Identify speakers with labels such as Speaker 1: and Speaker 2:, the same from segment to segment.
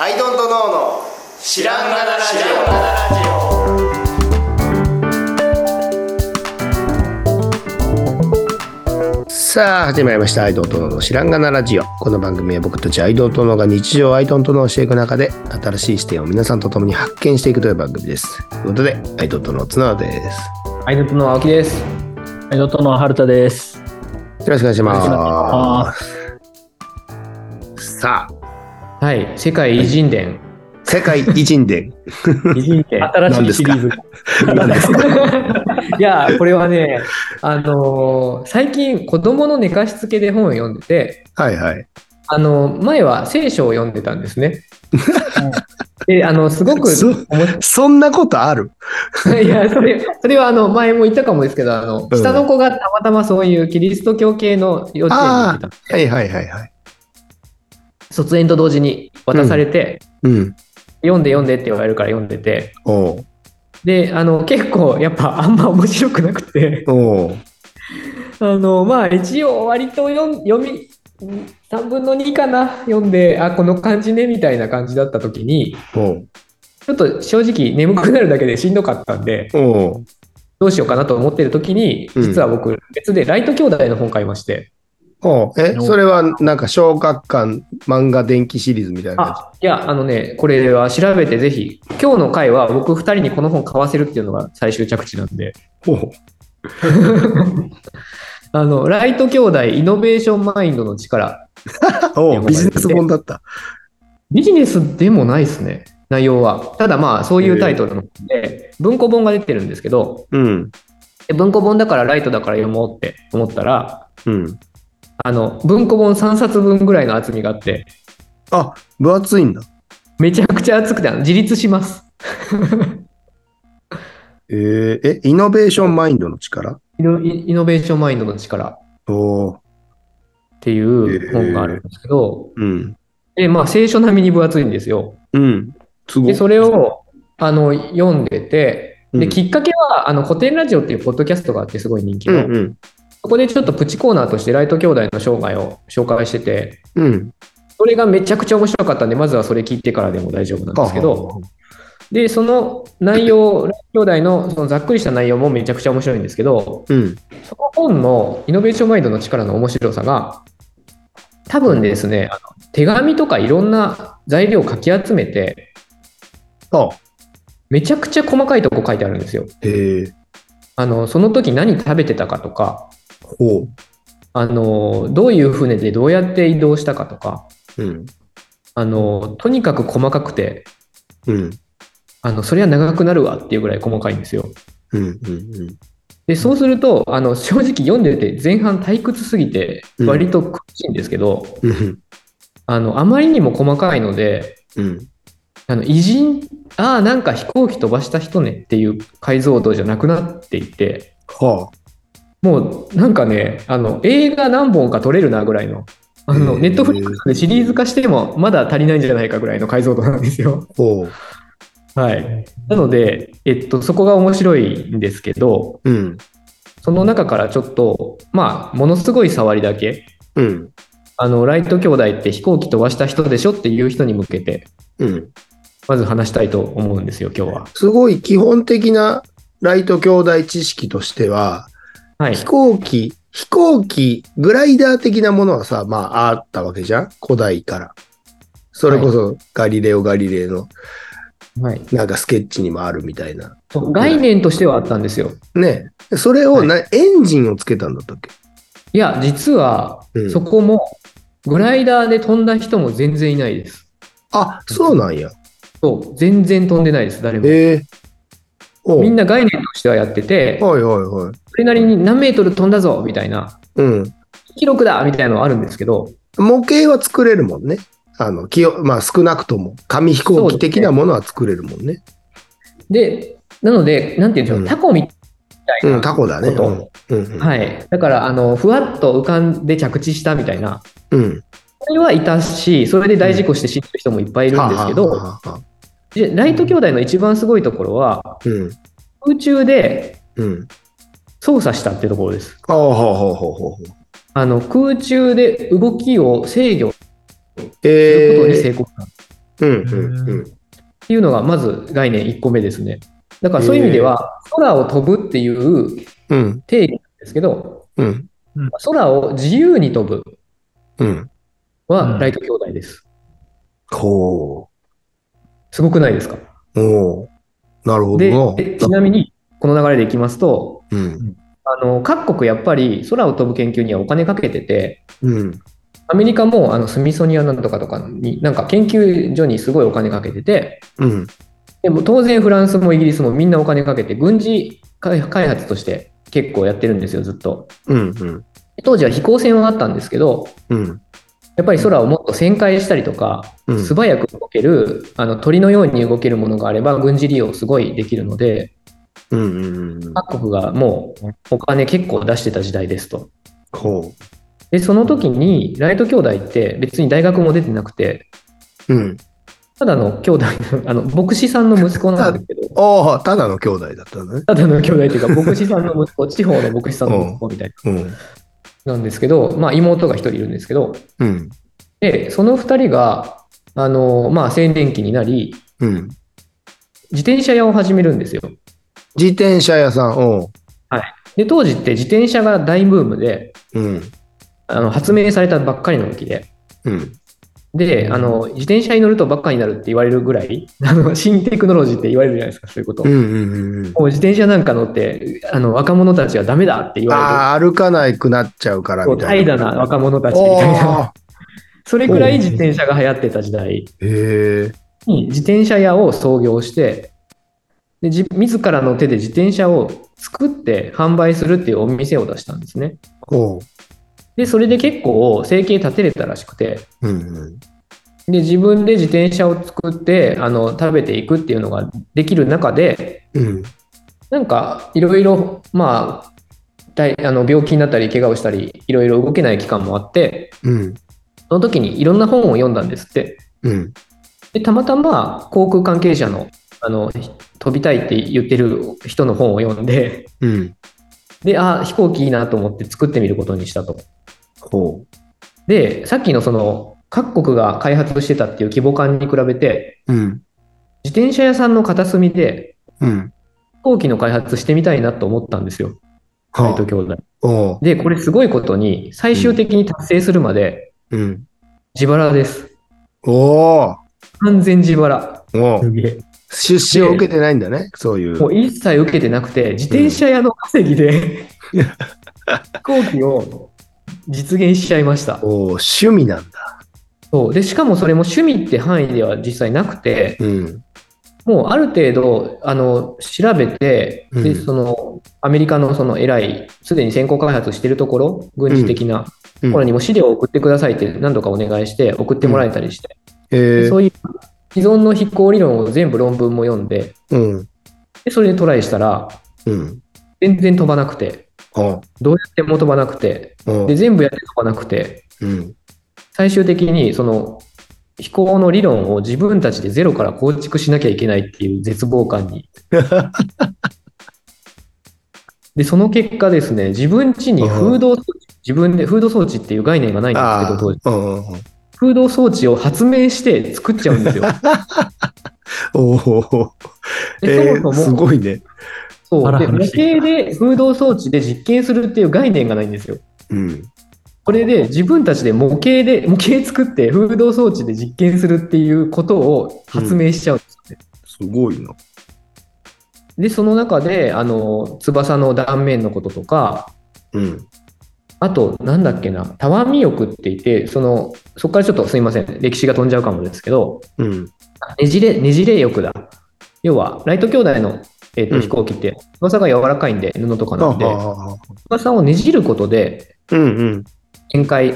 Speaker 1: アイドントノーの知らんがなラジオさあ始まりました「アイドントノーの知らんがなラジオ」この番組は僕たちアイドントノーが日常をアイドントノーをしていく中で新しい視点を皆さんと共に発見していくという番組ですということでアイドントノー綱野です
Speaker 2: アイドルの青木です。
Speaker 3: はい、ドットの春田です。
Speaker 1: よろしくお願いし
Speaker 3: お
Speaker 1: ま
Speaker 3: 願
Speaker 1: すさあ
Speaker 2: はい、世界偉人伝。
Speaker 1: 世界偉人伝
Speaker 2: 偉人伝。
Speaker 3: 新しいシリーズ。
Speaker 1: 何ですか
Speaker 2: いや、これはね、あのー最近子供の寝かしつけで本を読んでて、
Speaker 1: はいはい
Speaker 2: あのー前は聖書を読んでたんですね。で、あの、すごく
Speaker 1: そ
Speaker 2: 面
Speaker 1: そんなことある
Speaker 2: 白い。いや、それ、それはあの、前も言ったかもですけど、あの、
Speaker 1: うん
Speaker 2: 下の子がたまたまそういうキリスト教系の幼稚園に行ってた。
Speaker 1: はいはいはいはい
Speaker 2: 卒園と同時に渡されて、
Speaker 1: うん
Speaker 2: 読んで読んでって言われるから読んでて、
Speaker 1: おう
Speaker 2: で、あの、結構やっぱあんま面白くなくて。
Speaker 1: おう
Speaker 2: あのまあ一応割と読ん読み3分の2かな読んであこの感じねみたいな感じだった時に
Speaker 1: おう
Speaker 2: ちょっと正直眠くなるだけでしんどかったんで
Speaker 1: おう
Speaker 2: どうしようかなと思ってる時に
Speaker 1: うん
Speaker 2: 実は僕別でライト兄弟の本買いまして、
Speaker 1: おうえそれはなんか小学館漫画電気シリーズみたいなや
Speaker 2: あいやあのねこれは調べてぜひ今日の回は僕2人にこの本買わせるっていうのが最終着地なんで
Speaker 1: つおう
Speaker 2: あのライト兄弟イノベーションマインドの力
Speaker 1: おうビジネス本だった
Speaker 2: ビジネスでもないですね内容はただまあそういうタイトルの本で文庫本が出てるんですけど
Speaker 1: うん
Speaker 2: で文庫本だからライトだから読もうって思ったら
Speaker 1: うん
Speaker 2: あの文庫本3冊分ぐらいの厚みがあって
Speaker 1: あ分厚いんだ
Speaker 2: めちゃくちゃ厚くてあの自立します
Speaker 1: えー、えイノベーションマインドの力
Speaker 2: イノイイノベーションマインドの力
Speaker 1: おう
Speaker 2: っていう本があるんですけど、
Speaker 1: うん
Speaker 2: でまあ聖書並みに分厚いんですよ
Speaker 1: うんすご
Speaker 2: で
Speaker 1: い
Speaker 2: それをあの読んでて
Speaker 1: う
Speaker 2: で
Speaker 1: ん
Speaker 2: きっかけはあの古典ラジオっていうポッドキャストがあってすごい人気
Speaker 1: うん
Speaker 2: の、
Speaker 1: うん
Speaker 2: そこでちょっとプチコーナーとしてライト兄弟の生涯を紹介してて
Speaker 1: うん
Speaker 2: それがめちゃくちゃ面白かったんでまずはそれ聞いてからでも大丈夫なんですけど、で、その内容、ライト兄弟のそのざっくりした内容もめちゃくちゃ面白いんですけど、
Speaker 1: うん
Speaker 2: その本のイノベーションマインドの力の面白さが、多分ですね、あの手紙とかいろんな材料をかき集めて、
Speaker 1: あ
Speaker 2: めちゃくちゃ細かいとこ書いてあるんですよ。
Speaker 1: えー、
Speaker 2: あのその時何食べてたかとか、
Speaker 1: ほう
Speaker 2: あのどういう船でどうやって移動したかとか、
Speaker 1: うん
Speaker 2: あのとにかく細かくて、
Speaker 1: うん
Speaker 2: あのそれは長くなるわっていうぐらい細かいんですよ。
Speaker 1: うんうん
Speaker 2: でそうするとあの正直読んでて前半退屈すぎて
Speaker 1: うん
Speaker 2: 割と苦しいんですけど、
Speaker 1: うんうん
Speaker 2: あのあまりにも細かいので
Speaker 1: うん
Speaker 2: あの偉人ああなんか飛行機飛ばした人ねっていう解像度じゃなくなっていて
Speaker 1: は
Speaker 2: もうなんかねあの映画何本か撮れるなぐらいの。あ
Speaker 1: へ
Speaker 2: の
Speaker 1: ー
Speaker 2: ネットフリックスでシリーズ化してもまだ足りないんじゃないかぐらいの解像度なんですよ
Speaker 1: あ。ほう
Speaker 2: はい、なので、えっと、そこが面白いんですけど
Speaker 1: うん
Speaker 2: その中からちょっとまあものすごい触りだけ
Speaker 1: うん
Speaker 2: あの、ライト兄弟って飛行機飛ばした人でしょっていう人に向けて、
Speaker 1: うん
Speaker 2: まず話したいと思うんですよ、今日は。
Speaker 1: すごい基本的なライト兄弟知識としては、
Speaker 2: はい。
Speaker 1: 飛行機、飛行機、グライダー的なものはさ、まああったわけじゃん古代から。それこそガリレオ・ガリレイの
Speaker 2: はい、
Speaker 1: なんかスケッチにもあるみたいな。
Speaker 2: そう概念としてはあったんですよ。
Speaker 1: ねえそれをな、エンジンをつけたんだったっけ
Speaker 2: いや、実は
Speaker 1: うん、
Speaker 2: そこも、グライダーで飛んだ人も全然いないです。
Speaker 1: あ、そうなんや。
Speaker 2: そう、全然飛んでないです、誰も。
Speaker 1: ええおう
Speaker 2: みんな概念としてはやってて、
Speaker 1: はいはいはい。
Speaker 2: それなりに何メートル飛んだぞみたいな、
Speaker 1: うん。
Speaker 2: 記録だみたいなのはあるんですけど、
Speaker 1: 模型は作れるもんね。あの、きよまあ少なくとも、紙飛行機的なものは作れるもんね。
Speaker 2: で、なので、なんていうんでしょ
Speaker 1: う
Speaker 2: う、
Speaker 1: ん
Speaker 2: タコみたい
Speaker 1: うん、
Speaker 2: な
Speaker 1: タコだね。
Speaker 2: こ
Speaker 1: う
Speaker 2: と
Speaker 1: ん。うんうん
Speaker 2: はい、だからあのふわっと浮かんで着地したみたいな、
Speaker 1: うん。
Speaker 2: それはいたし、それで大事故して死んでる人もいっぱいいるんですけ
Speaker 1: はあ
Speaker 2: ど、
Speaker 1: はあはあ
Speaker 2: でライト兄弟の一番すごいところは、
Speaker 1: うん。
Speaker 2: 空中で
Speaker 1: うん。
Speaker 2: 操作したってところです。
Speaker 1: ああ、ほうほうほうほうほう。
Speaker 2: あの空中で動きを制御することに
Speaker 1: え
Speaker 2: 成功した。
Speaker 1: うんうんうん。
Speaker 2: っていうのがまず概念1個目ですね。だからそういう意味では、空を飛ぶっていう
Speaker 1: うん
Speaker 2: 定義なんですけど、
Speaker 1: うん
Speaker 2: 空を自由に飛ぶ
Speaker 1: うん。
Speaker 3: う
Speaker 2: は
Speaker 3: ん
Speaker 2: ライト兄弟です。
Speaker 1: こ
Speaker 2: すごくないですか
Speaker 1: う。おお。なるほ
Speaker 2: で
Speaker 1: どな。
Speaker 2: でちなみに、この流れでいきますと、
Speaker 1: うん
Speaker 2: あの各国やっぱり空を飛ぶ研究にはお金かけてて、
Speaker 1: うん
Speaker 2: アメリカもあのスミソニアなんとかとかに、なんか研究所にすごいお金かけてて、
Speaker 1: うん
Speaker 2: でも当然フランスもイギリスもみんなお金かけて、軍事開開発として結構やってるんですよ、ずっと。
Speaker 1: うんうん
Speaker 2: 当時は飛行船はあったんですけど、
Speaker 1: うん
Speaker 2: やっぱり空をもっと旋回したりとか、
Speaker 1: うん
Speaker 2: 素早く動ける、あの鳥のように動けるものがあれば、軍事利用すごいできるので、
Speaker 1: うんうんうん
Speaker 2: 各国がもうお金結構出してた時代ですと。
Speaker 1: こ
Speaker 2: で、その時に、ライト兄弟って別に大学も出てなくて、
Speaker 1: ううん
Speaker 2: ただの兄弟の、あの、牧師さんの息子なんですけど、
Speaker 1: ああただの兄弟だったのね
Speaker 2: ただの兄弟っていうか、牧師さんの息子、地方の牧師さんの息子みたい
Speaker 1: うん
Speaker 2: な、なんですけど、まあ妹が一人いるんですけど、
Speaker 1: うん
Speaker 2: で、その二人が、あの、まあ青年期になり、
Speaker 1: うん
Speaker 2: 自転車屋を始めるんですよ。
Speaker 1: 自転車屋さんお
Speaker 2: で、当時って自転車が大ブームで、
Speaker 1: ううん
Speaker 2: あの発明されたばっかりの時で、
Speaker 1: うん
Speaker 2: で、あの、自転車に乗るとバカになるって言われるぐらい、 あの、新テクノロジーって言われるじゃないですか、そういうこと。
Speaker 1: うん
Speaker 2: も
Speaker 1: うんうんうん
Speaker 2: う自転車なんか乗って、あの、若者たちはダメだって言わ
Speaker 1: ああ歩かないくなっちゃうか
Speaker 2: れ
Speaker 1: ら
Speaker 2: る。こ
Speaker 1: み
Speaker 2: う
Speaker 1: たい
Speaker 2: 怠
Speaker 1: な
Speaker 2: 惰な若者たちみ
Speaker 1: お
Speaker 2: たいな。
Speaker 1: ー
Speaker 2: それくらい自転車が流行ってた時代
Speaker 1: へえ
Speaker 2: に自転車屋を創業して、で、自自らの手で自転車を作って販売するっていうお店を出したんですね。
Speaker 1: こ
Speaker 2: で、それで結構生計立てれたらしくて、
Speaker 1: ううんうん
Speaker 2: で自分で自転車を作ってあの食べていくっていうのができる中で
Speaker 1: うん
Speaker 2: なんかいろいろまあ大あの病気になったり怪我をしたりいろいろ動けない期間もあって
Speaker 1: うん
Speaker 2: その時にいろんな本を読んだんですって
Speaker 1: うん
Speaker 2: でたまたま航空関係者のあの飛びたいって言ってる人の本を読んで
Speaker 1: うん
Speaker 2: であ飛行機いいなと思って作ってみることにしたと。
Speaker 1: こ
Speaker 2: でさっきのその各国が開発してたっていう規模感に比べて
Speaker 1: ううん
Speaker 2: 自転車屋さんの片隅で
Speaker 1: うん
Speaker 2: 飛行機の開発してみたいなと思ったんですよ、
Speaker 1: は
Speaker 2: ライト兄弟。
Speaker 1: おう
Speaker 2: で、これすごいことに、最終的に達成するまで
Speaker 1: うん
Speaker 2: 自腹です。
Speaker 1: おー
Speaker 2: 完全自腹。
Speaker 1: おう
Speaker 2: げ
Speaker 1: 出資を受けてないんだねそういう
Speaker 2: もう一切受けてなくて、自転車屋の稼ぎで、飛行機を実現しちゃいました。
Speaker 1: おー趣味なんだ
Speaker 2: そうでしかもそれも趣味って範囲では実際なくて、
Speaker 1: うん
Speaker 2: もうある程度あの調べて、
Speaker 1: う
Speaker 2: で
Speaker 1: ん
Speaker 2: そのアメリカのその偉い、すでに先行開発してるところ、軍事的な
Speaker 1: うん
Speaker 2: これにも資料を送ってくださいって何度かお願いして送ってもらえたりして、
Speaker 1: ええ
Speaker 2: そういう既存の飛行理論を全部論文も読んで
Speaker 1: うん
Speaker 2: でそれでトライしたら
Speaker 1: うん
Speaker 2: 全然飛ばなくて
Speaker 1: おう
Speaker 2: どうやっても飛ばなくて
Speaker 1: おう
Speaker 2: で全部やって飛ばなくて
Speaker 1: うん
Speaker 2: 最終的にその飛行の理論を自分たちでゼロから構築しなきゃいけないっていう絶望 感にでその結果ですね自分家に風洞装置自分で風洞装置っていう概念がないんですけ
Speaker 1: あ
Speaker 2: ど当時
Speaker 1: あうんうんうん
Speaker 2: 風洞装置を発明して作っちゃうんで すよ。
Speaker 1: おおえ
Speaker 2: で
Speaker 1: ー
Speaker 2: そも
Speaker 1: す
Speaker 2: そも、
Speaker 1: ごいね
Speaker 2: そ
Speaker 3: あ
Speaker 2: う
Speaker 3: ら
Speaker 2: で模
Speaker 3: 話して
Speaker 2: 型で風洞装置で実験するっていう概念がないんですよ。
Speaker 1: うん
Speaker 2: これで自分たちで模型で、模型作って風洞装置で実験するっていうことを発明しちゃうんですよね。
Speaker 1: すごいな
Speaker 2: で、その中で、あの、翼の断面のこととか、
Speaker 1: うん
Speaker 2: あと、なんだっけな、たわみ翼って言って、その、そこからちょっとすいません、歴史が飛んじゃうかもですけど、
Speaker 1: うん
Speaker 2: ねじれ、ねじれ翼だ。要は、ライト兄弟の、えっ
Speaker 1: う
Speaker 2: と
Speaker 1: ん
Speaker 2: 飛行機って、翼が柔らかいんで、布とか
Speaker 1: あ
Speaker 2: なんで、
Speaker 1: ああ
Speaker 2: 翼をねじることで、
Speaker 1: うんうん
Speaker 2: 展開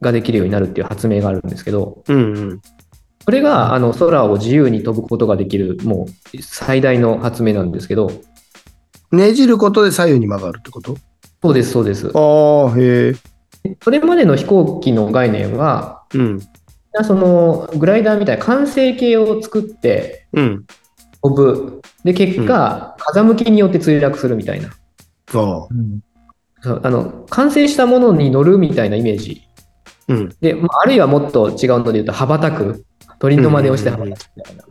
Speaker 2: ができるようになるっていう発明があるんですけど、
Speaker 1: うんうん
Speaker 2: それがあの空を自由に飛ぶことができる、もう最大の発明なんですけど、
Speaker 1: ねじることで左右に曲がるってこと
Speaker 2: そうです、そうです。
Speaker 1: ああへえ
Speaker 2: それまでの飛行機の概念は、
Speaker 1: うん
Speaker 2: そのグライダーみたいな完成形を作って
Speaker 1: うん
Speaker 2: 飛ぶ。で、結果、風向きによって墜落するみたいな。
Speaker 1: ああ
Speaker 3: うん
Speaker 2: そうあの完成したものに乗るみたいなイメージ。
Speaker 1: うん
Speaker 2: で、まああるいはもっと違うので言うと、羽ばたく。鳥の真似をして話すみたいな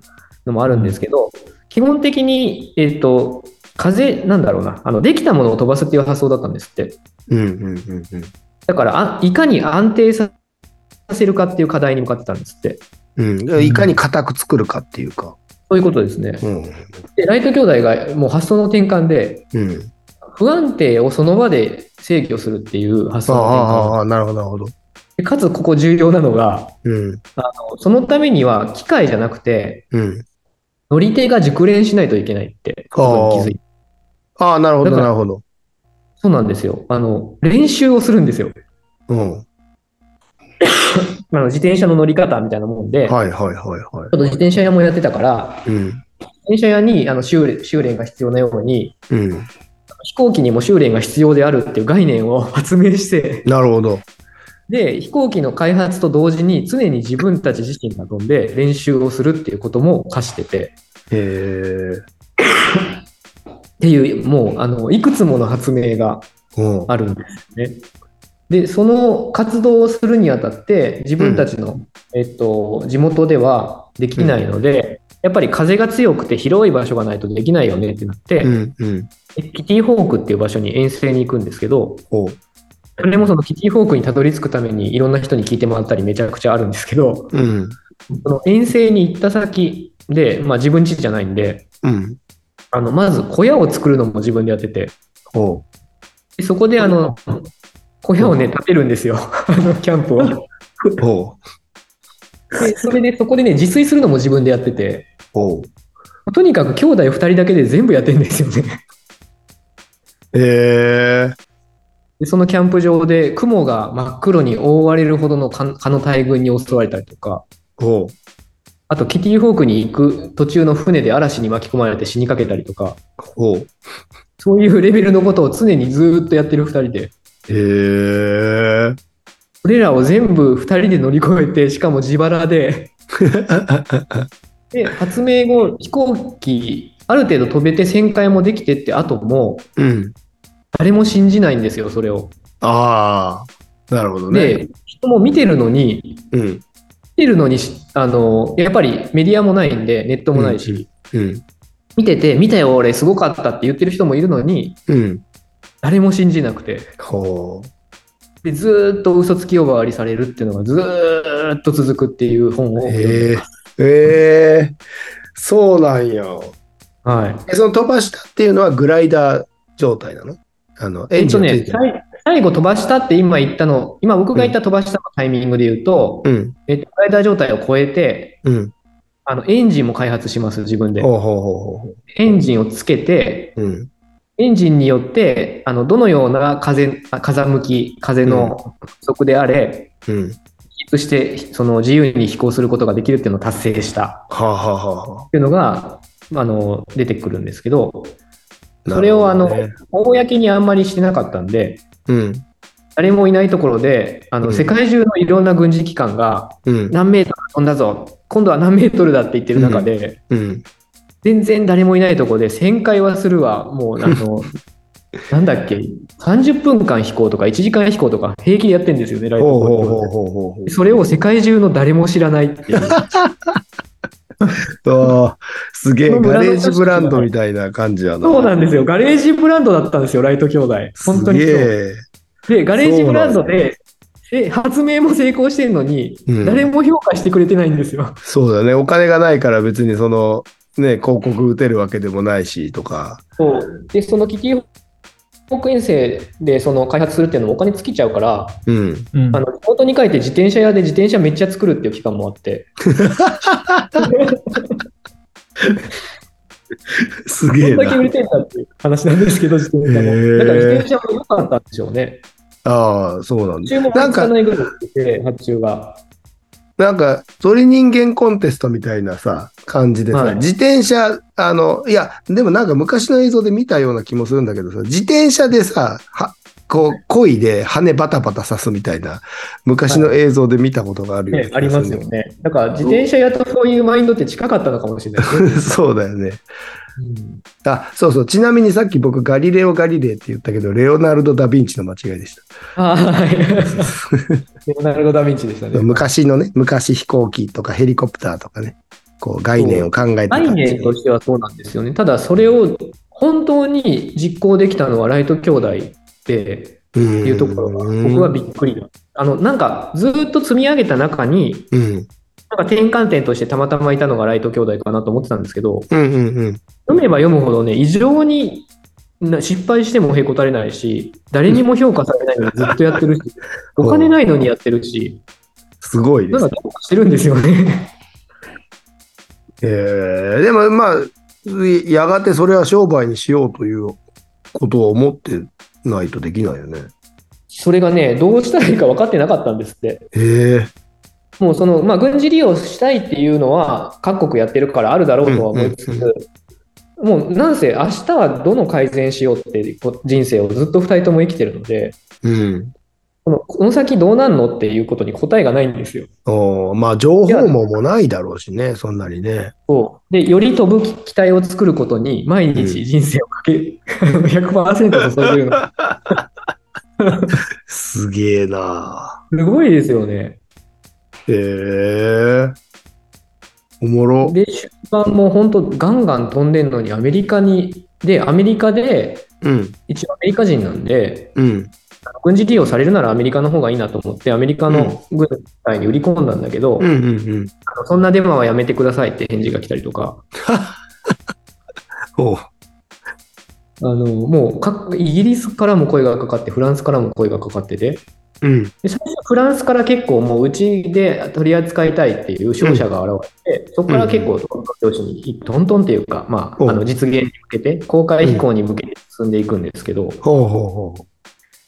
Speaker 2: のもあるんですけど、基本的に、えっ、と、風、なんだろうな、あの、できたものを飛ばすっていう発想だったんですって。
Speaker 1: うんうんうんうん
Speaker 2: だからあ、いかに安定させるかっていう課題に向かってたんですって。
Speaker 1: うん、いかに硬く作るかっていうか。
Speaker 2: そういうことですね。
Speaker 1: うん。
Speaker 2: で、ライト兄弟がもう発想の転換で、
Speaker 1: うん。
Speaker 2: 不安定をその場で制御するっていう発
Speaker 1: あ
Speaker 2: 想の転換
Speaker 1: あああ、なるほど、なるほど。
Speaker 2: で。かつ、ここ重要なのが、
Speaker 1: うん。
Speaker 2: そのためには機械じゃなくて、
Speaker 1: うん。
Speaker 2: 乗り手が熟練しないといけないってことに気づいて。
Speaker 1: ああ、なるほど、
Speaker 2: だか
Speaker 1: な
Speaker 2: ら
Speaker 1: るほど。
Speaker 2: そうなんですよ。あの、練習をするんですよ。
Speaker 1: うん。
Speaker 2: あの自転車の乗り方みたいなもんで、ちょっ
Speaker 1: はいはいはいは
Speaker 2: と自転車屋もやってたから、
Speaker 1: い。うん。
Speaker 2: 自転車屋にあの修練修練が必要なように、
Speaker 1: うん。
Speaker 2: 飛行機にも修練が必要であるっていう概念を 発明して、
Speaker 1: なるほど。
Speaker 2: で、飛行機の開発と同時に常に自分たち自身が飛んで練習をするっていうことも課してて、
Speaker 1: へえ。
Speaker 2: っていう、もう、あの、いくつもの発明が
Speaker 1: うん。
Speaker 2: あるんですよね。で、その活動をするにあたって、自分たちの、えっと、地元ではできないので、やっぱり風が強くて広い場所がないとできないよねってなって、
Speaker 1: うん。うん。
Speaker 2: キティホークっていう場所に遠征に行くんですけど、
Speaker 1: おう。
Speaker 2: それもそのキティホークにたどり着くためにいろんな人に聞いてもらったりめちゃくちゃあるんですけど、
Speaker 1: うん。
Speaker 2: その遠征に行った先で、まあ自分家じゃないんで、
Speaker 1: うん。
Speaker 2: あの、まず小屋を作るのも自分でやってて、
Speaker 1: おう。
Speaker 2: でそこであの、小屋をね、建てるんですよ。 あの、キャンプを。
Speaker 1: おう。
Speaker 2: でそれでそこでね自炊するのも自分でやってて
Speaker 1: おう。
Speaker 2: とにかく兄弟2人だけで全部やってんですよね
Speaker 1: へえ。
Speaker 2: でそのキャンプ場で雲が真っ黒に覆われるほどの蚊蚊の大群に襲われたりとか
Speaker 1: おう。
Speaker 2: あとキティホークに行く途中の船で嵐に巻き込まれて死にかけたりとか
Speaker 1: おう。
Speaker 2: そういうレベルのことを常にずーっとやってる2人で
Speaker 1: へえ。
Speaker 2: それらを全部2人で乗り越えてしかも自腹でで発明後飛行機ある程度飛べて旋回もできてって後も
Speaker 1: うん。
Speaker 2: 誰も信じないんですよそれを。
Speaker 1: ああ。なるほどね。
Speaker 2: で、人も見てるのに、
Speaker 1: うん。
Speaker 2: 見てるのにし、あの、やっぱりメディアもないんで、ネットもないし、
Speaker 1: うん。
Speaker 2: 見てて、見たよ、俺、すごかったって言ってる人もいるのに、
Speaker 1: うん。
Speaker 2: 誰も信じなくて、
Speaker 1: ほ
Speaker 2: でずーっと嘘つき呼ばわりされるっていうのがずーっと続くっていう本を
Speaker 1: う。
Speaker 2: 読ん
Speaker 1: へ
Speaker 2: で
Speaker 1: え
Speaker 2: ます。。
Speaker 1: へえ。そうなんや。
Speaker 2: はい。
Speaker 1: えその飛ばしたっていうのはグライダー状態なのあの、
Speaker 2: え
Speaker 1: エン
Speaker 2: っ
Speaker 1: ジ
Speaker 2: と
Speaker 1: ンがつい
Speaker 2: ね、
Speaker 1: てる。
Speaker 2: 最最後飛ばしたって今言ったの、今僕が言った飛ばしたのタイミングで言うと、
Speaker 1: うん。
Speaker 2: えっと、ライダー状態を超えて、
Speaker 1: うん。
Speaker 2: あの、エンジンも開発します、自分で。
Speaker 1: ほうほうほうほ
Speaker 2: エンジンをつけて、
Speaker 1: う。うん。
Speaker 2: エンジンによって、あの、どのような風、あ風向き、風の不足であれ、
Speaker 1: うん。
Speaker 2: そして、その自由に飛行することができるっていうのを達成し
Speaker 1: は
Speaker 2: た
Speaker 1: あ、はあはあは
Speaker 2: っていうのが、あの、出てくるんですけど、
Speaker 1: あ、
Speaker 2: それを
Speaker 1: なるほどね
Speaker 2: 公にあんまりしてなかったんで、
Speaker 1: うん。
Speaker 2: 誰もいないところで、あの、
Speaker 1: うん
Speaker 2: 世界中のいろんな軍事機関が、
Speaker 1: うん。
Speaker 2: 何メートル飛んだぞ、今度は何メートルだって言ってる中で、
Speaker 1: うん。
Speaker 2: 全然誰もいないとこで旋回はするわもう あのなんだっけ30分間飛行とか1時間飛行とか平気でやってんですよねライブ
Speaker 1: ほうほう
Speaker 2: 放送
Speaker 1: ほうほうほうほう
Speaker 2: でそれを世界中の誰も知らないっ ていう
Speaker 1: あー。すげえ、
Speaker 2: この
Speaker 1: ガ
Speaker 2: 村の
Speaker 1: レージブランドみたいな感じやな。
Speaker 2: そうなんですよガレージブランドだったんですよライト兄弟本当に
Speaker 1: す
Speaker 2: そ
Speaker 1: げ
Speaker 2: う
Speaker 1: え。
Speaker 2: でガレージブランド
Speaker 1: そう
Speaker 2: でえ発明も成功してるのに、
Speaker 1: うん
Speaker 2: 誰も評価してくれてないんですよ
Speaker 1: そうだね。お金がないから別にその、ね、広告打てるわけでもないしとか。
Speaker 2: そうでその危機億遠征でその開発するっていうのもお金尽きちゃうから、
Speaker 1: うん。
Speaker 3: うん
Speaker 2: あの地元に帰って自転車屋で自転車めっちゃ作るっていう期間もあって、
Speaker 1: す
Speaker 2: ど
Speaker 1: げえ
Speaker 2: んだけ売
Speaker 1: な。
Speaker 2: れてんだっていう話なんですけど、自転車も。
Speaker 1: へー
Speaker 2: だから自転車も良かったんでしょうね。
Speaker 1: ああ、そうなんだ。
Speaker 2: 注文がつかないぐらいで、発注が。
Speaker 1: なんか、鳥人間コンテストみたいなさ、感じでさ、
Speaker 2: はい
Speaker 1: 自転車、あの、いや、でもなんか昔の映像で見たような気もするんだけどさ、自転車でさ、は、こう、漕いで羽バタバタさすみたいな、昔の映像で見たことがあるよ、
Speaker 2: ね、あ りますよ。ね。だから自転車屋とそういうマインドって近かったのかもしれないですね。
Speaker 1: そうだよね。
Speaker 2: うん
Speaker 1: あ、そうそう。ちなみにさっき僕、ガリレオ・ガリレイって言ったけど、レオナルド・ダ・ヴィンチの間違いでした。
Speaker 2: は い。レオナルド・ダ・ヴィンチでしたね。
Speaker 1: 昔のね、昔飛行機とかヘリコプターとかね、こう概念を考えてた
Speaker 2: 概念としてはそうなんですよね。ただ、それを本当に実行できたのはライト兄弟で、
Speaker 1: て
Speaker 2: いうところが僕はびっくりだ。あの、なんかずっと積み上げた中に、
Speaker 1: うん
Speaker 2: なんか転換点としてたまたまいたのがライト兄弟かなと思ってたんですけど、
Speaker 1: うんうんうん。
Speaker 2: 読めば読むほどね、異常にな失敗してもへこたれないし、誰にも評価されないのにずっとやってるし、
Speaker 1: うん
Speaker 2: お金ないのにやってるし、
Speaker 1: すごいで
Speaker 2: なん
Speaker 1: す
Speaker 2: か。どうかしてるんですよね。
Speaker 1: えーでもまあ、やがてそれは商売にしようということを思ってないとできないよね。
Speaker 2: それがね、どうしたらいいか分かってなかったんですって。
Speaker 1: へえ
Speaker 2: もうその、まあ、軍事利用したいっていうのは、各国やってるからあるだろうとは思いつ
Speaker 1: うん
Speaker 2: つ、もうなんせ、明日はどの改善しようってこ人生をずっと2人とも生きてるので、
Speaker 1: うん。
Speaker 2: このこの先どうなんのっていうことに答えがないんですよ。
Speaker 1: おーまあ、情報ももないだろうしね、そんなにね。
Speaker 2: そうでより飛ぶ機体を作ることに、
Speaker 1: う
Speaker 2: 毎
Speaker 1: ん
Speaker 2: 日人生をかけ、100%注いでるの、
Speaker 1: すげえな
Speaker 2: すごいですよね。
Speaker 1: へえおもろ。
Speaker 2: で、出版も本当、ガンガン飛んでんのに、アメリカに、で、アメリカで、
Speaker 1: うん。
Speaker 2: 一応アメリカ人なんで、
Speaker 1: うん。
Speaker 2: 軍事利用されるならアメリカの方がいいなと思って、アメリカの軍隊に売り込んだんだけど、
Speaker 1: うんうんうん。
Speaker 2: あのそんなデマはやめてくださいって返事が来たりとか、
Speaker 1: おう
Speaker 2: あのもうかイギリスからも声がかかって、フランスからも声がかかってて、
Speaker 1: うん。
Speaker 2: で最初、フランスから結構、もううちで取り扱いたいっていう商社が現れて、そこから結構、トントン拍子に、トントンっていうか、まあ、
Speaker 1: お
Speaker 2: あの実現に向けて、公開飛行に向けて進んでいくんですけど、
Speaker 1: ほうほうほう。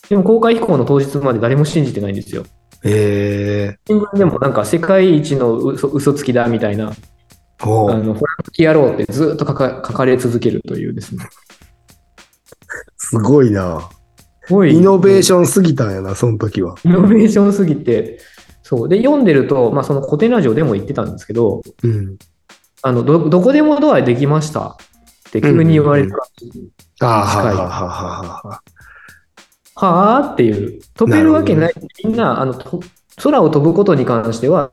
Speaker 2: でも公開飛行の当日まで誰も信じてないんですよ。
Speaker 1: ええ
Speaker 2: 新聞でもなんか世界一の嘘嘘つきだみたいな
Speaker 1: ほ
Speaker 2: あ
Speaker 1: う。
Speaker 2: の、フランキー野郎ってずっと書か書かれ続けるというですね。
Speaker 1: すごいな
Speaker 2: すごい
Speaker 1: イノベーションすぎたんやな、その時は。
Speaker 2: イノベーションすぎて、そう。で、読んでると、まあ、その古典ラジオでも言ってたんですけど、
Speaker 1: うん。
Speaker 2: あの、ど、どこでもドアできましたって急に言われた、
Speaker 1: ああ、は
Speaker 2: 近い
Speaker 1: はははは。
Speaker 2: はあっていう。飛べるわけない。みんな、あの、と空を飛ぶことに関しては、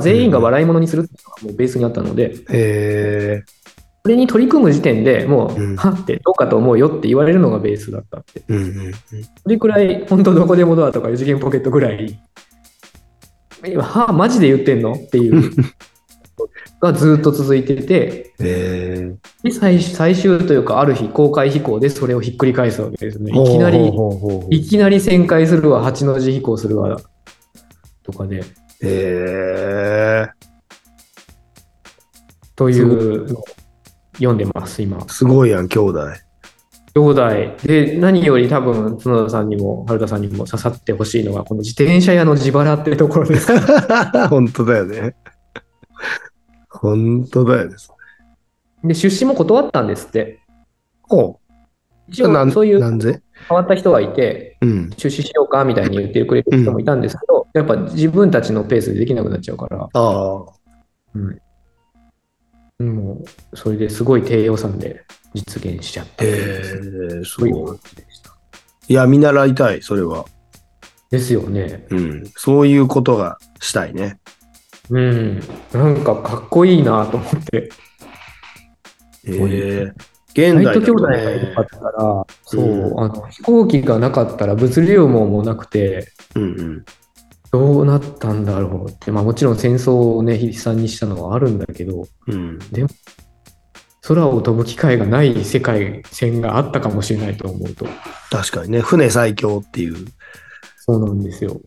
Speaker 2: 全員が笑い物にするっていうのがもうベースにあったので、
Speaker 1: ええ
Speaker 2: それに取り組む時点でもう、
Speaker 1: うん
Speaker 2: はってどうかと思うよって言われるのがベースだったって。
Speaker 1: うんうんうん。
Speaker 2: それくらい、本当どこでもドアとか4次元ポケットぐらい、えはあ、マジで言ってんのって いう、がずっと続いてて、
Speaker 1: え
Speaker 2: で最最終というか、ある日、公開飛行でそれをひっくり返すわけですね。
Speaker 1: え
Speaker 2: いきなり、
Speaker 1: ほうほうほうほう
Speaker 2: いきなり旋回するわ、8の字飛行するわ、とかで、
Speaker 1: ええ
Speaker 2: というのを読んでます、今。
Speaker 1: すごいやん、兄弟。
Speaker 2: 兄弟。で、何より多分、角田さんにも、春田さんにも刺さってほしいのが、この自転車屋の自腹っていうところ です。
Speaker 1: 本当だよね。本当だよね。
Speaker 2: で、出資も断ったんですって。
Speaker 1: ほ
Speaker 2: 一
Speaker 1: う。な
Speaker 2: 応、
Speaker 1: ん
Speaker 2: そういう
Speaker 1: なんぜ
Speaker 2: 変わった人がいて、
Speaker 1: うん。
Speaker 2: 出資しようかみたいに言ってくれる人もいたんですけど、やっぱ自分たちのペースでできなくなっちゃうから、
Speaker 1: ああ。
Speaker 2: うん、もう、それですごい低予算で実現しちゃった
Speaker 1: え
Speaker 2: っ
Speaker 1: え
Speaker 2: ていうですね。
Speaker 1: す
Speaker 2: そういう
Speaker 1: ごい。
Speaker 2: 感じでした
Speaker 1: いや、見習いたい、それは。
Speaker 2: ですよね。
Speaker 1: うん。そういうことがしたいね。
Speaker 2: うん。なんかかっこいいなと思って。
Speaker 1: ええ
Speaker 2: そういう
Speaker 1: 現代
Speaker 2: ライ
Speaker 1: だ
Speaker 2: ト兄
Speaker 1: と
Speaker 2: 弟が
Speaker 1: ね
Speaker 2: いなかったら、そう、
Speaker 1: うん
Speaker 2: あの、飛行機がなかったら物流網もなくて、
Speaker 1: うんうん。
Speaker 2: どうなったんだろうって、まあもちろん戦争をね、悲惨にしたのはあるんだけど、
Speaker 1: うん。
Speaker 2: 空を飛ぶ機会がない世界線があったかもしれないと思うと。
Speaker 1: 確かにね、船最強っていう。
Speaker 2: そうなんですよ。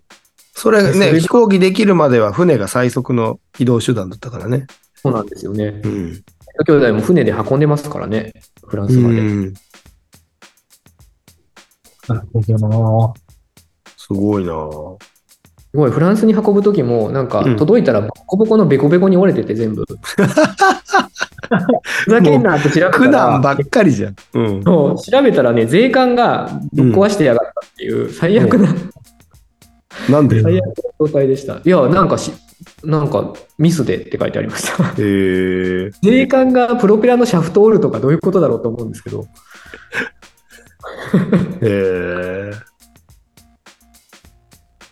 Speaker 1: それ
Speaker 2: それ
Speaker 1: ね、飛行機できるまでは船が最速の移動手段だったからね。
Speaker 2: そうなんですよね
Speaker 1: う。ん。
Speaker 2: 兄弟も船で運んでますからね、フランスまで。
Speaker 1: うん
Speaker 3: なるほどな。
Speaker 1: すごいな
Speaker 2: すごい、フランスに運ぶ時も、なんか
Speaker 1: うん
Speaker 2: 届いたらボコボコのベコベコに折れてて全 部。ふざけんなって調べ
Speaker 1: 苦
Speaker 2: た
Speaker 1: 難ば
Speaker 2: ら
Speaker 1: っ、かりじゃん。うん。
Speaker 2: そう調べたらね、税関がぶっ壊してやがったっていう最悪な、
Speaker 1: なんで
Speaker 2: 最悪な状態でした。いや、なんかし、なんかミスでって書いてあり ました。
Speaker 1: えー、
Speaker 2: 税関がプロペラのシャフト折るとかどういうことだろうと思うんですけど、
Speaker 1: え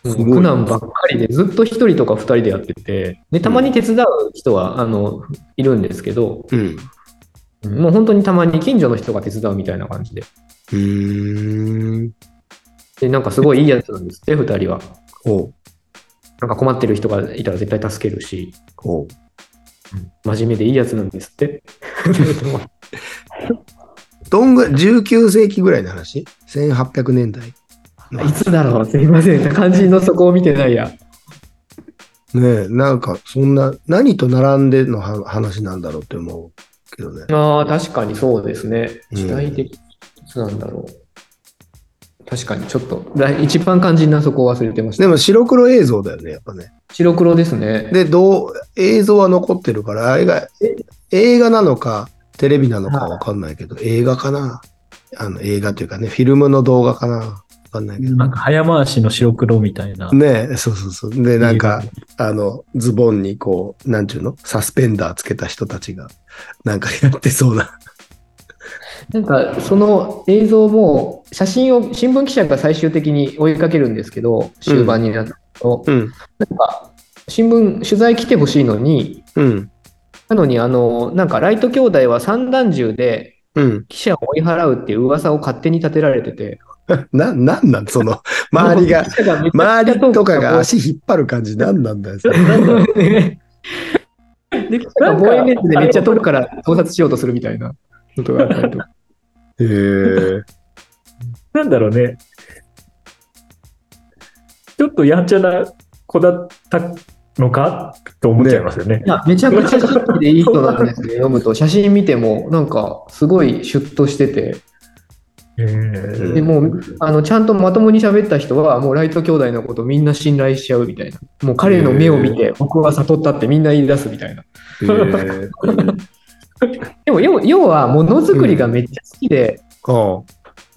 Speaker 1: ー、
Speaker 2: もう
Speaker 1: すごい
Speaker 2: 苦難ばっかりで、ずっと一人とか二人でやってて、でたまに手伝う人は、あのいるんですけど、
Speaker 1: うん。
Speaker 2: もう本当にたまに近所の人が手伝うみたいな感じで、
Speaker 1: うーん。
Speaker 2: でなんかすごいいいやつなんですって、二人は。
Speaker 1: おう
Speaker 2: なんか困ってる人がいたら絶対助けるし、
Speaker 1: おう
Speaker 2: 真面目でいいやつなんですって。
Speaker 1: どんぐらい、19世紀ぐらいの話 ?1800 年代。
Speaker 2: いつだろうすいません。肝心のそこを見てないや。
Speaker 1: ねえ、なんか、そんな、何と並んでのは話なんだろうって思うけどね。
Speaker 2: ああ、確かにそうですね。
Speaker 1: うん
Speaker 2: 時代的にいつなんだろう。確かにちょっと、来一番肝心なそこを忘れてました。
Speaker 1: でも、白黒映像だよね、やっぱね。
Speaker 2: 白黒ですね。
Speaker 1: で、どう、映像は残ってるから、あれが、え映画なのか、テレビなのかわかんないけど、映画かなあの、映画というかね、フィルムの動画かなわかんないけど。
Speaker 3: なんか早回しの白黒みたいな。
Speaker 1: ねえ、そうそうそう。で、なんか、あの、ズボンにこう、なんちゅうのサスペンダーつけた人たちが、なんかやってそうな。
Speaker 2: なんか、その映像も、写真を新聞記者が最終的に追いかけるんですけど、終盤になったと、
Speaker 1: うん。
Speaker 2: なんか、新聞、取材来てほしいのに、
Speaker 1: うん。
Speaker 2: なのに、あの、なんか、ライト兄弟は散弾銃で
Speaker 1: うん。
Speaker 2: 記者を追い払うっていう噂を勝手に立てられてて、
Speaker 1: な、なんなんその、周りが
Speaker 2: 記、者がめちゃくち
Speaker 1: 周
Speaker 2: ゃ
Speaker 1: り
Speaker 2: 遠く
Speaker 1: とか
Speaker 2: から
Speaker 1: が足引っ張る感じ、なんなんだよ。それ
Speaker 2: ねで、記者が望遠レンズでめっちゃ撮るから盗撮しようとするみたいなことがあったりとか。
Speaker 1: へえ。
Speaker 3: なんだろうね。ちょっとやんちゃな子だったのかと思っちゃいますよね。
Speaker 2: いや、めちゃくちゃシックでいい人なんですけど、読むと、写真見ても、なんか、すごいシュッとしてて、
Speaker 3: え
Speaker 1: うん
Speaker 3: ー
Speaker 2: でもう、あの、ちゃんとまともに喋った人は、もうライト兄弟のことみんな信頼しちゃうみたいな。もう彼の目を見て、僕は悟ったってみんな言い出すみたいな。
Speaker 1: へえ。
Speaker 2: でも、要要は、ものづくりがめっちゃ好きで、
Speaker 1: ああ。
Speaker 2: も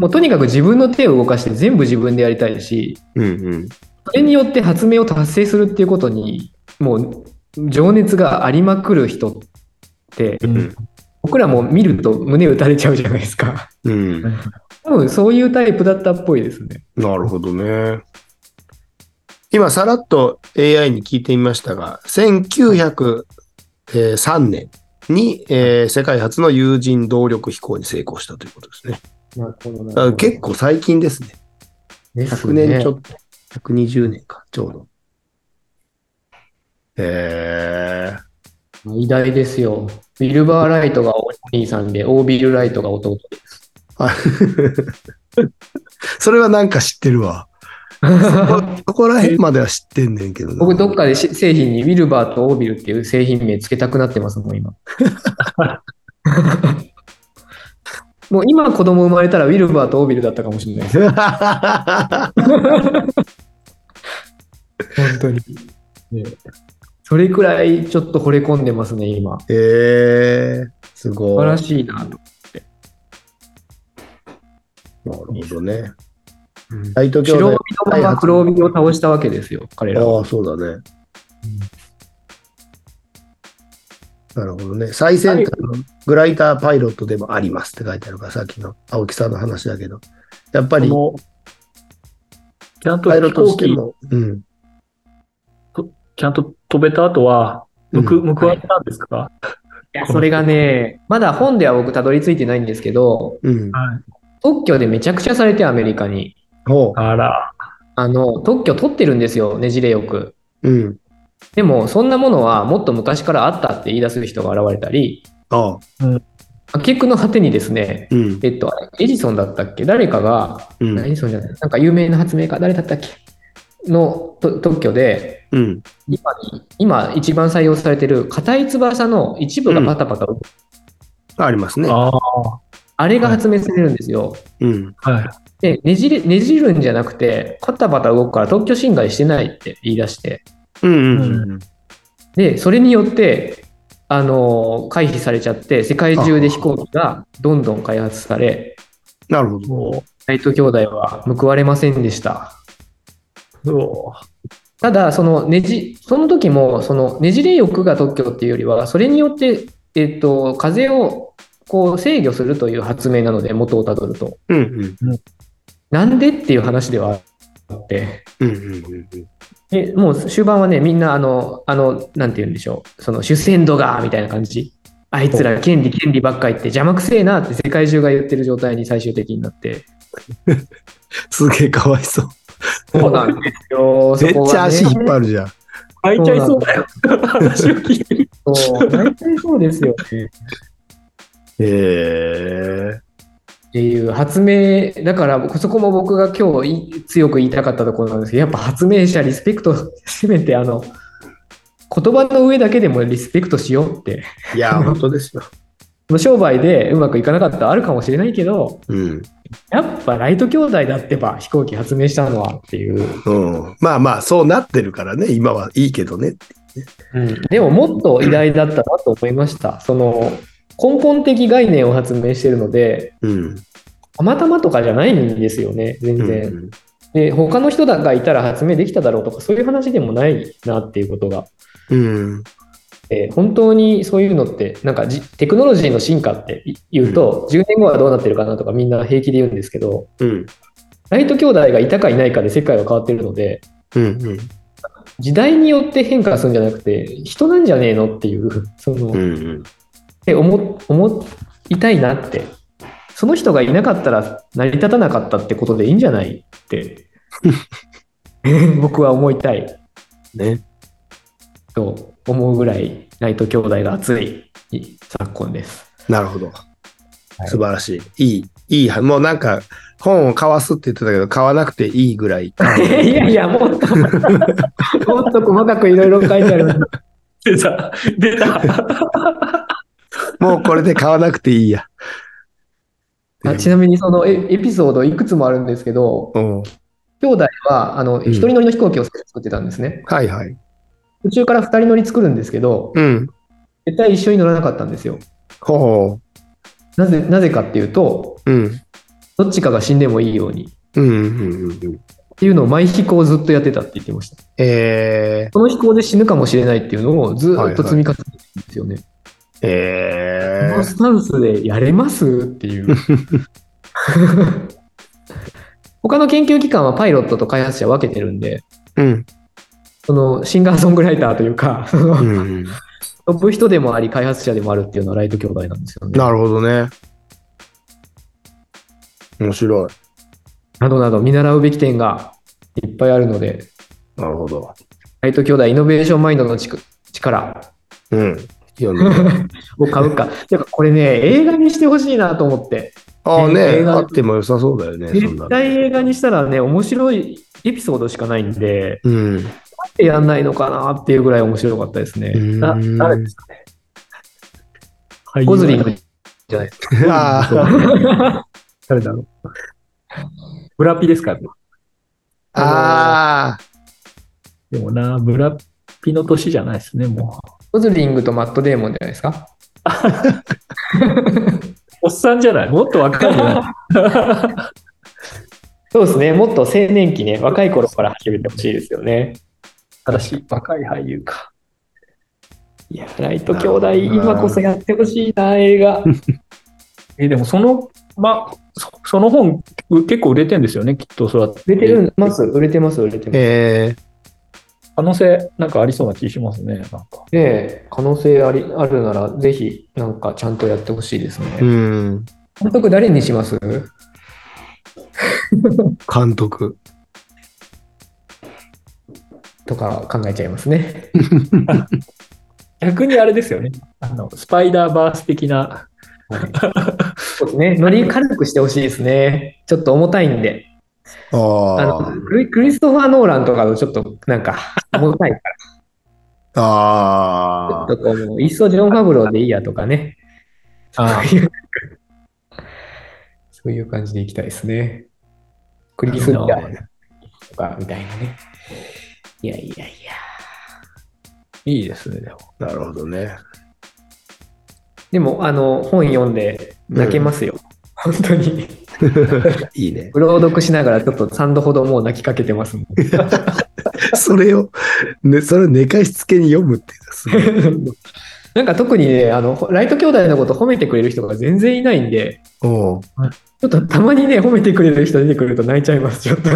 Speaker 2: うとにかく自分の手を動かして全部自分でやりたいし、
Speaker 1: うんうん。
Speaker 2: それによって発明を達成するっていうことに、もう、情熱がありまくる人って、
Speaker 3: うん
Speaker 2: 僕らも見ると胸打たれちゃうじゃないですか。
Speaker 1: うん。
Speaker 2: 多分そういうタイプだったっぽいですね。
Speaker 1: なるほどね。今、さらっと AI に聞いてみましたが、1903年に、えー世界初の有人動力飛行に成功したということですね。
Speaker 2: なるほど
Speaker 1: だから結構最近ですね。
Speaker 2: です
Speaker 1: 100
Speaker 2: ね
Speaker 1: 年ちょっと、120年か、ちょうど。えー、
Speaker 2: 偉大ですよ。ウィルバー・ライトがお兄さんで、オービル・ライトが弟です。
Speaker 1: それはなんか知ってるわ。 そこそこら辺までは知ってんねんけどな
Speaker 2: 僕、どっかでし製品にウィルバーとオービルっていう製品名つけたくなってますも ん、今。もう今子供生まれたらウィルバーとオービルだったかもしれないです。 本当に。それくらいちょっと惚れ込んでますね、今。
Speaker 1: えー、す
Speaker 2: 素
Speaker 1: ごい。
Speaker 2: 晴
Speaker 1: な
Speaker 2: ら
Speaker 1: る
Speaker 2: しいなと。
Speaker 1: ほどね。
Speaker 2: うん
Speaker 1: ライト兄
Speaker 2: 白帯
Speaker 1: 弟
Speaker 2: の。まま黒帯を倒したわけですよ、彼らは。
Speaker 1: ああ、そうだね。なるほどね。最先端のグライターパイロットでもありますって書いてあるから、さっきの青木さんの話だけど、やっぱり
Speaker 3: このちゃんと
Speaker 1: パイロ
Speaker 3: 飛
Speaker 1: ットとし
Speaker 3: 行
Speaker 1: て
Speaker 3: 機、
Speaker 1: も、うん。
Speaker 3: ちゃんと飛べた後は、
Speaker 1: う
Speaker 3: むく、
Speaker 1: ん
Speaker 3: むくわれたんですか、
Speaker 2: いやそれがね、まだ本では僕たどり着いてないんですけど、
Speaker 1: うん。
Speaker 3: はい、
Speaker 2: 特許でめちゃくちゃされてアメリカに。
Speaker 1: ほ
Speaker 3: あら、
Speaker 2: あの、特許取ってるんですよ、ねじれよく。
Speaker 1: う。うん。
Speaker 2: でも、そんなものはもっと昔からあったって言い出す人が現れたり、
Speaker 1: ああ。
Speaker 2: 結句の果てにですね、
Speaker 1: うん。
Speaker 2: えっと、エジソンだったっけ誰かが、
Speaker 1: う
Speaker 2: エ
Speaker 1: ん。
Speaker 2: ジソンじゃない、なんか有名な発明家、誰だったっけのと特許で、
Speaker 1: うん。
Speaker 2: 今に、今一番採用されてる硬い翼の一部がパタパタ、
Speaker 1: ありますね。
Speaker 3: あ
Speaker 2: あれが発明されるんですよ。
Speaker 1: うん。
Speaker 3: あ、はい。
Speaker 2: でねじれねじるんじゃなくて、パタパタ動くから特許侵害してないって言い出して、
Speaker 1: うんうんうん。
Speaker 2: で、それによって、あのー回避されちゃって、世界中で飛行機がどんどん開発され、
Speaker 1: なるほど。
Speaker 2: ライト兄弟は報われませんでした。
Speaker 3: そう
Speaker 2: ただそのねじその時もそのねじれ欲が特許っていうよりはそれによって、えっと、風をこう制御するという発明なので元をたどると
Speaker 1: うんうん
Speaker 2: なんでっていう話ではあって
Speaker 1: うんうんうんうん
Speaker 2: でもう終盤はねみんなあのあのなんて言うんでしょうその主戦度がみたいな感じあいつら権利権利ばっか言って邪魔くせえなって世界中が言ってる状態に最終的になって
Speaker 1: すげえかわいそう。
Speaker 2: そうなんですよ
Speaker 1: めっちゃ足引っ
Speaker 2: る
Speaker 1: 張るじゃん。
Speaker 3: 泣いちゃいそうだよ。 話を聞いてる。
Speaker 2: そう大体 そうですよね
Speaker 1: へえ。
Speaker 2: っていう発明だから僕そこも僕が今日い強く言いたかったところなんですけどやっぱ発明者リスペクト せめてあの言葉の上だけでもリスペクトしようって
Speaker 1: いや、本当ですよ。
Speaker 2: その商売でうまくいかなかったらあるかもしれないけど
Speaker 1: うん。
Speaker 2: やっぱライト兄弟だってば飛行機発明したのはっていう、
Speaker 1: うん。まあまあ、そうなってるからね、今はいいけどね。
Speaker 2: うん、でももっと偉大だったなと思いましたその根本的概念を発明してるので
Speaker 1: うん。
Speaker 2: たまたまとかじゃないんですよね全然。
Speaker 1: うん
Speaker 2: で他の人がいたら発明できただろうとかそういう話でもないなっていうことが、
Speaker 1: うん。
Speaker 2: えー本当にそういうのってなんかじテクノロジーの進化って言うと、10年後はどうなってるかなとかみんな平気で言うんですけど
Speaker 1: うん。
Speaker 2: ライト兄弟がいたかいないかで世界は変わってるので
Speaker 1: うん。うん。
Speaker 2: 時代によって変化するんじゃなくて人なんじゃねえのっていう その、
Speaker 1: う
Speaker 2: っ
Speaker 1: んうん。
Speaker 2: て思思いたいなってその人がいなかったら成り立たなかったってことでいいんじゃないって 僕は思いたい。
Speaker 1: ね。
Speaker 2: と思うぐらいライト兄弟が熱い昨今です。
Speaker 1: なるほど
Speaker 2: は。い
Speaker 1: 素晴らしい。いい、いい、もうなんか、本を買わすって言ってたけど、買わなくていいぐ らい。
Speaker 2: いやいや、もっと、 もっと細かくいろいろ書いてある。
Speaker 3: 出た。出た。
Speaker 1: もうこれで買わなくていいや。
Speaker 2: あちなみにそのエエピソードいくつもあるんですけど、
Speaker 1: うん。
Speaker 2: 兄弟はあの
Speaker 1: ん
Speaker 2: 一人乗りの飛行機を作ってたんですね。
Speaker 1: はいはい。
Speaker 2: 途中から二人乗り作るんですけど、
Speaker 1: うん。
Speaker 2: 絶対一緒に乗らなかったんですよ。
Speaker 1: ほほ
Speaker 2: なぜなぜかっていうと、
Speaker 1: う。うん。
Speaker 2: どっちかが死んでもいいように
Speaker 1: うんうんうんうん。
Speaker 2: っていうのを毎飛行ずっとやってたって言ってました。
Speaker 1: え
Speaker 2: その飛行で死ぬかもしれないっていうのをずっと積み重ねてるんですよね。
Speaker 1: ー、え
Speaker 2: この
Speaker 1: ー、
Speaker 2: スタンスでやれますっていう。 他の研究機関はパイロットと開発者分けてるんで、
Speaker 1: うん。
Speaker 2: そのシンガーソングライターというか、 その
Speaker 1: うん。
Speaker 2: トップ人でもあり開発者でもあるっていうのはライト兄弟なんですよね。
Speaker 1: なるほどね。面白い。
Speaker 2: などなど見習うべき点がいっぱいあるので、
Speaker 1: なるほど。
Speaker 2: ライト兄弟イノベーションマインドのちく力
Speaker 1: うん。読んで
Speaker 2: を買うか。てかこれね、映画にしてほしいなと思って、
Speaker 1: ああね
Speaker 2: 映、画
Speaker 1: あっても良さそうだよね、そんな
Speaker 2: 絶
Speaker 1: の。
Speaker 2: 対映画にしたらね、面白いエピソードしかないんで、
Speaker 1: うん。
Speaker 2: やんないのかなっていうぐらい面白かったですね。
Speaker 3: な
Speaker 1: うん
Speaker 3: 誰ですかね。
Speaker 2: ゴズリン
Speaker 3: ン
Speaker 2: グじゃないですか。
Speaker 1: ああ、
Speaker 3: 誰だろう。ブラピですか
Speaker 1: ああ、
Speaker 3: でもな、ブラピの年じゃないですね、もう。
Speaker 2: ゴズリングとマットデーモンじゃないですか。
Speaker 3: おっさんじゃないもっと若いじゃない
Speaker 2: そうですね。もっと青年期ね、若い頃から始めてほしいですよね。
Speaker 3: 私、若い俳優か。
Speaker 2: いや、ライト兄弟、今こそやってほしいな、映 画。
Speaker 3: え、でもその、ま、そその本、う結構売れてんですよね、きっと。そうやって
Speaker 2: 売れてるます、売れてます、売れてます。
Speaker 1: え
Speaker 3: 可能性、なんかありそうな気しますね、なんか。
Speaker 2: ねえ可能性ありあるなら、ぜひ、なんかちゃんとやってほしいですね。
Speaker 1: えうん。
Speaker 2: 監督、誰にします
Speaker 1: 監督。
Speaker 2: とか考えちゃいますね。
Speaker 3: 逆にあれですよね。あの、スパイダーバース的な。
Speaker 2: そうですね。ノリ軽くしてほしいですね。ちょっと重たいんで。あ
Speaker 1: あ
Speaker 2: のクリクリストファー・ノーランとかのちょっとなんか重たいか
Speaker 1: あ。あ
Speaker 2: ら、
Speaker 1: あ
Speaker 2: ちょ。っとこうもういっそジョン・ファブローでいいやとかね、
Speaker 3: あ
Speaker 2: そういう感じでいきたいですね。クリス・ノーランとかみたいなね。いやいやいや。
Speaker 3: いいですね、でも。
Speaker 1: なるほどね。
Speaker 2: でも、あの、本読んで泣けますよ。本当に。
Speaker 1: いいね。
Speaker 2: 朗読しながらちょっと3度ほどもう泣きかけてますもん。
Speaker 1: それを、ね、それを寝かしつけに読むっていうのは すごい。
Speaker 2: なんか特にね、あの、ライト兄弟のこと褒めてくれる人が全然いないんで、
Speaker 1: おう
Speaker 2: ちょっとたまにね、褒めてくれる人出てくると泣いちゃいます、ちょっと。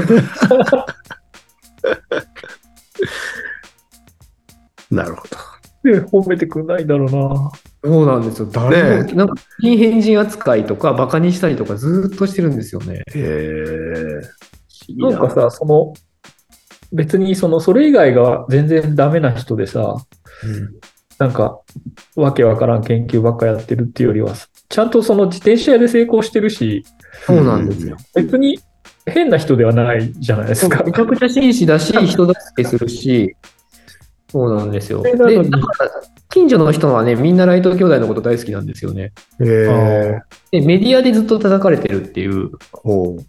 Speaker 1: なるほど。
Speaker 3: で褒めてくんないんだろうな。
Speaker 2: そうなんですよ。誰も、
Speaker 1: ね
Speaker 2: なんか、非変人扱いとか、バカにしたりとか、ずーっとしてるんですよね。
Speaker 1: へえ
Speaker 3: なんかさ、その、別にその、それ以外が全然ダメな人でさ、なんか、わけわからん研究ばっかやってるっていうよりは、ちゃんとその自転車屋で成功してるし、
Speaker 2: そうなんですよ。
Speaker 3: 別に変な人ではないじゃないですか。
Speaker 2: めちゃくちゃ紳士だし、人助けするし、そうなんですよ。
Speaker 3: それ
Speaker 2: で、
Speaker 3: なのに
Speaker 2: だから近所の人はね、みんなライト兄弟のこと大好きなんですよね。
Speaker 1: へえ
Speaker 3: あ
Speaker 2: で、メディアでずっと叩かれてるっていう、
Speaker 1: ほう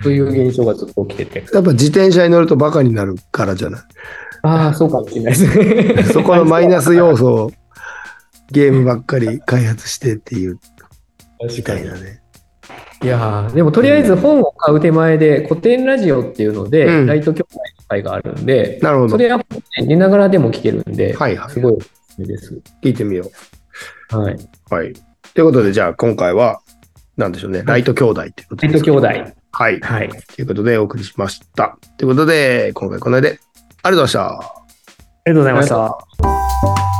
Speaker 2: そういう現象がずっと起きてて。
Speaker 1: やっぱ自転車に乗るとバカになるからじゃな
Speaker 2: ああ、そうかもしれないですね
Speaker 1: い。。そこのマイナス要素をゲームばっかり開発してっていうみたいなね。
Speaker 2: いやーでもとりあえず本を買う手前で古典ラジオっていうので、
Speaker 1: うん
Speaker 2: ライト協会の会があるん で、
Speaker 1: なるほど。
Speaker 2: それは寝ながらでも聞けるんで、
Speaker 1: はいはい
Speaker 2: す。ごいおすすめです。
Speaker 1: 聞いてみよ
Speaker 2: はい。
Speaker 1: う。はい。ということで、じゃあ今回は、なんでしょうね。ライト兄弟っていうこと
Speaker 2: ライ
Speaker 1: で
Speaker 2: ト
Speaker 1: す
Speaker 2: 兄
Speaker 1: か
Speaker 2: 弟。
Speaker 1: はい。
Speaker 2: はい。
Speaker 1: ということで、お送りしました。ということで、今回この辺で、ありがとうございました。
Speaker 2: ありがとうござい。
Speaker 3: ました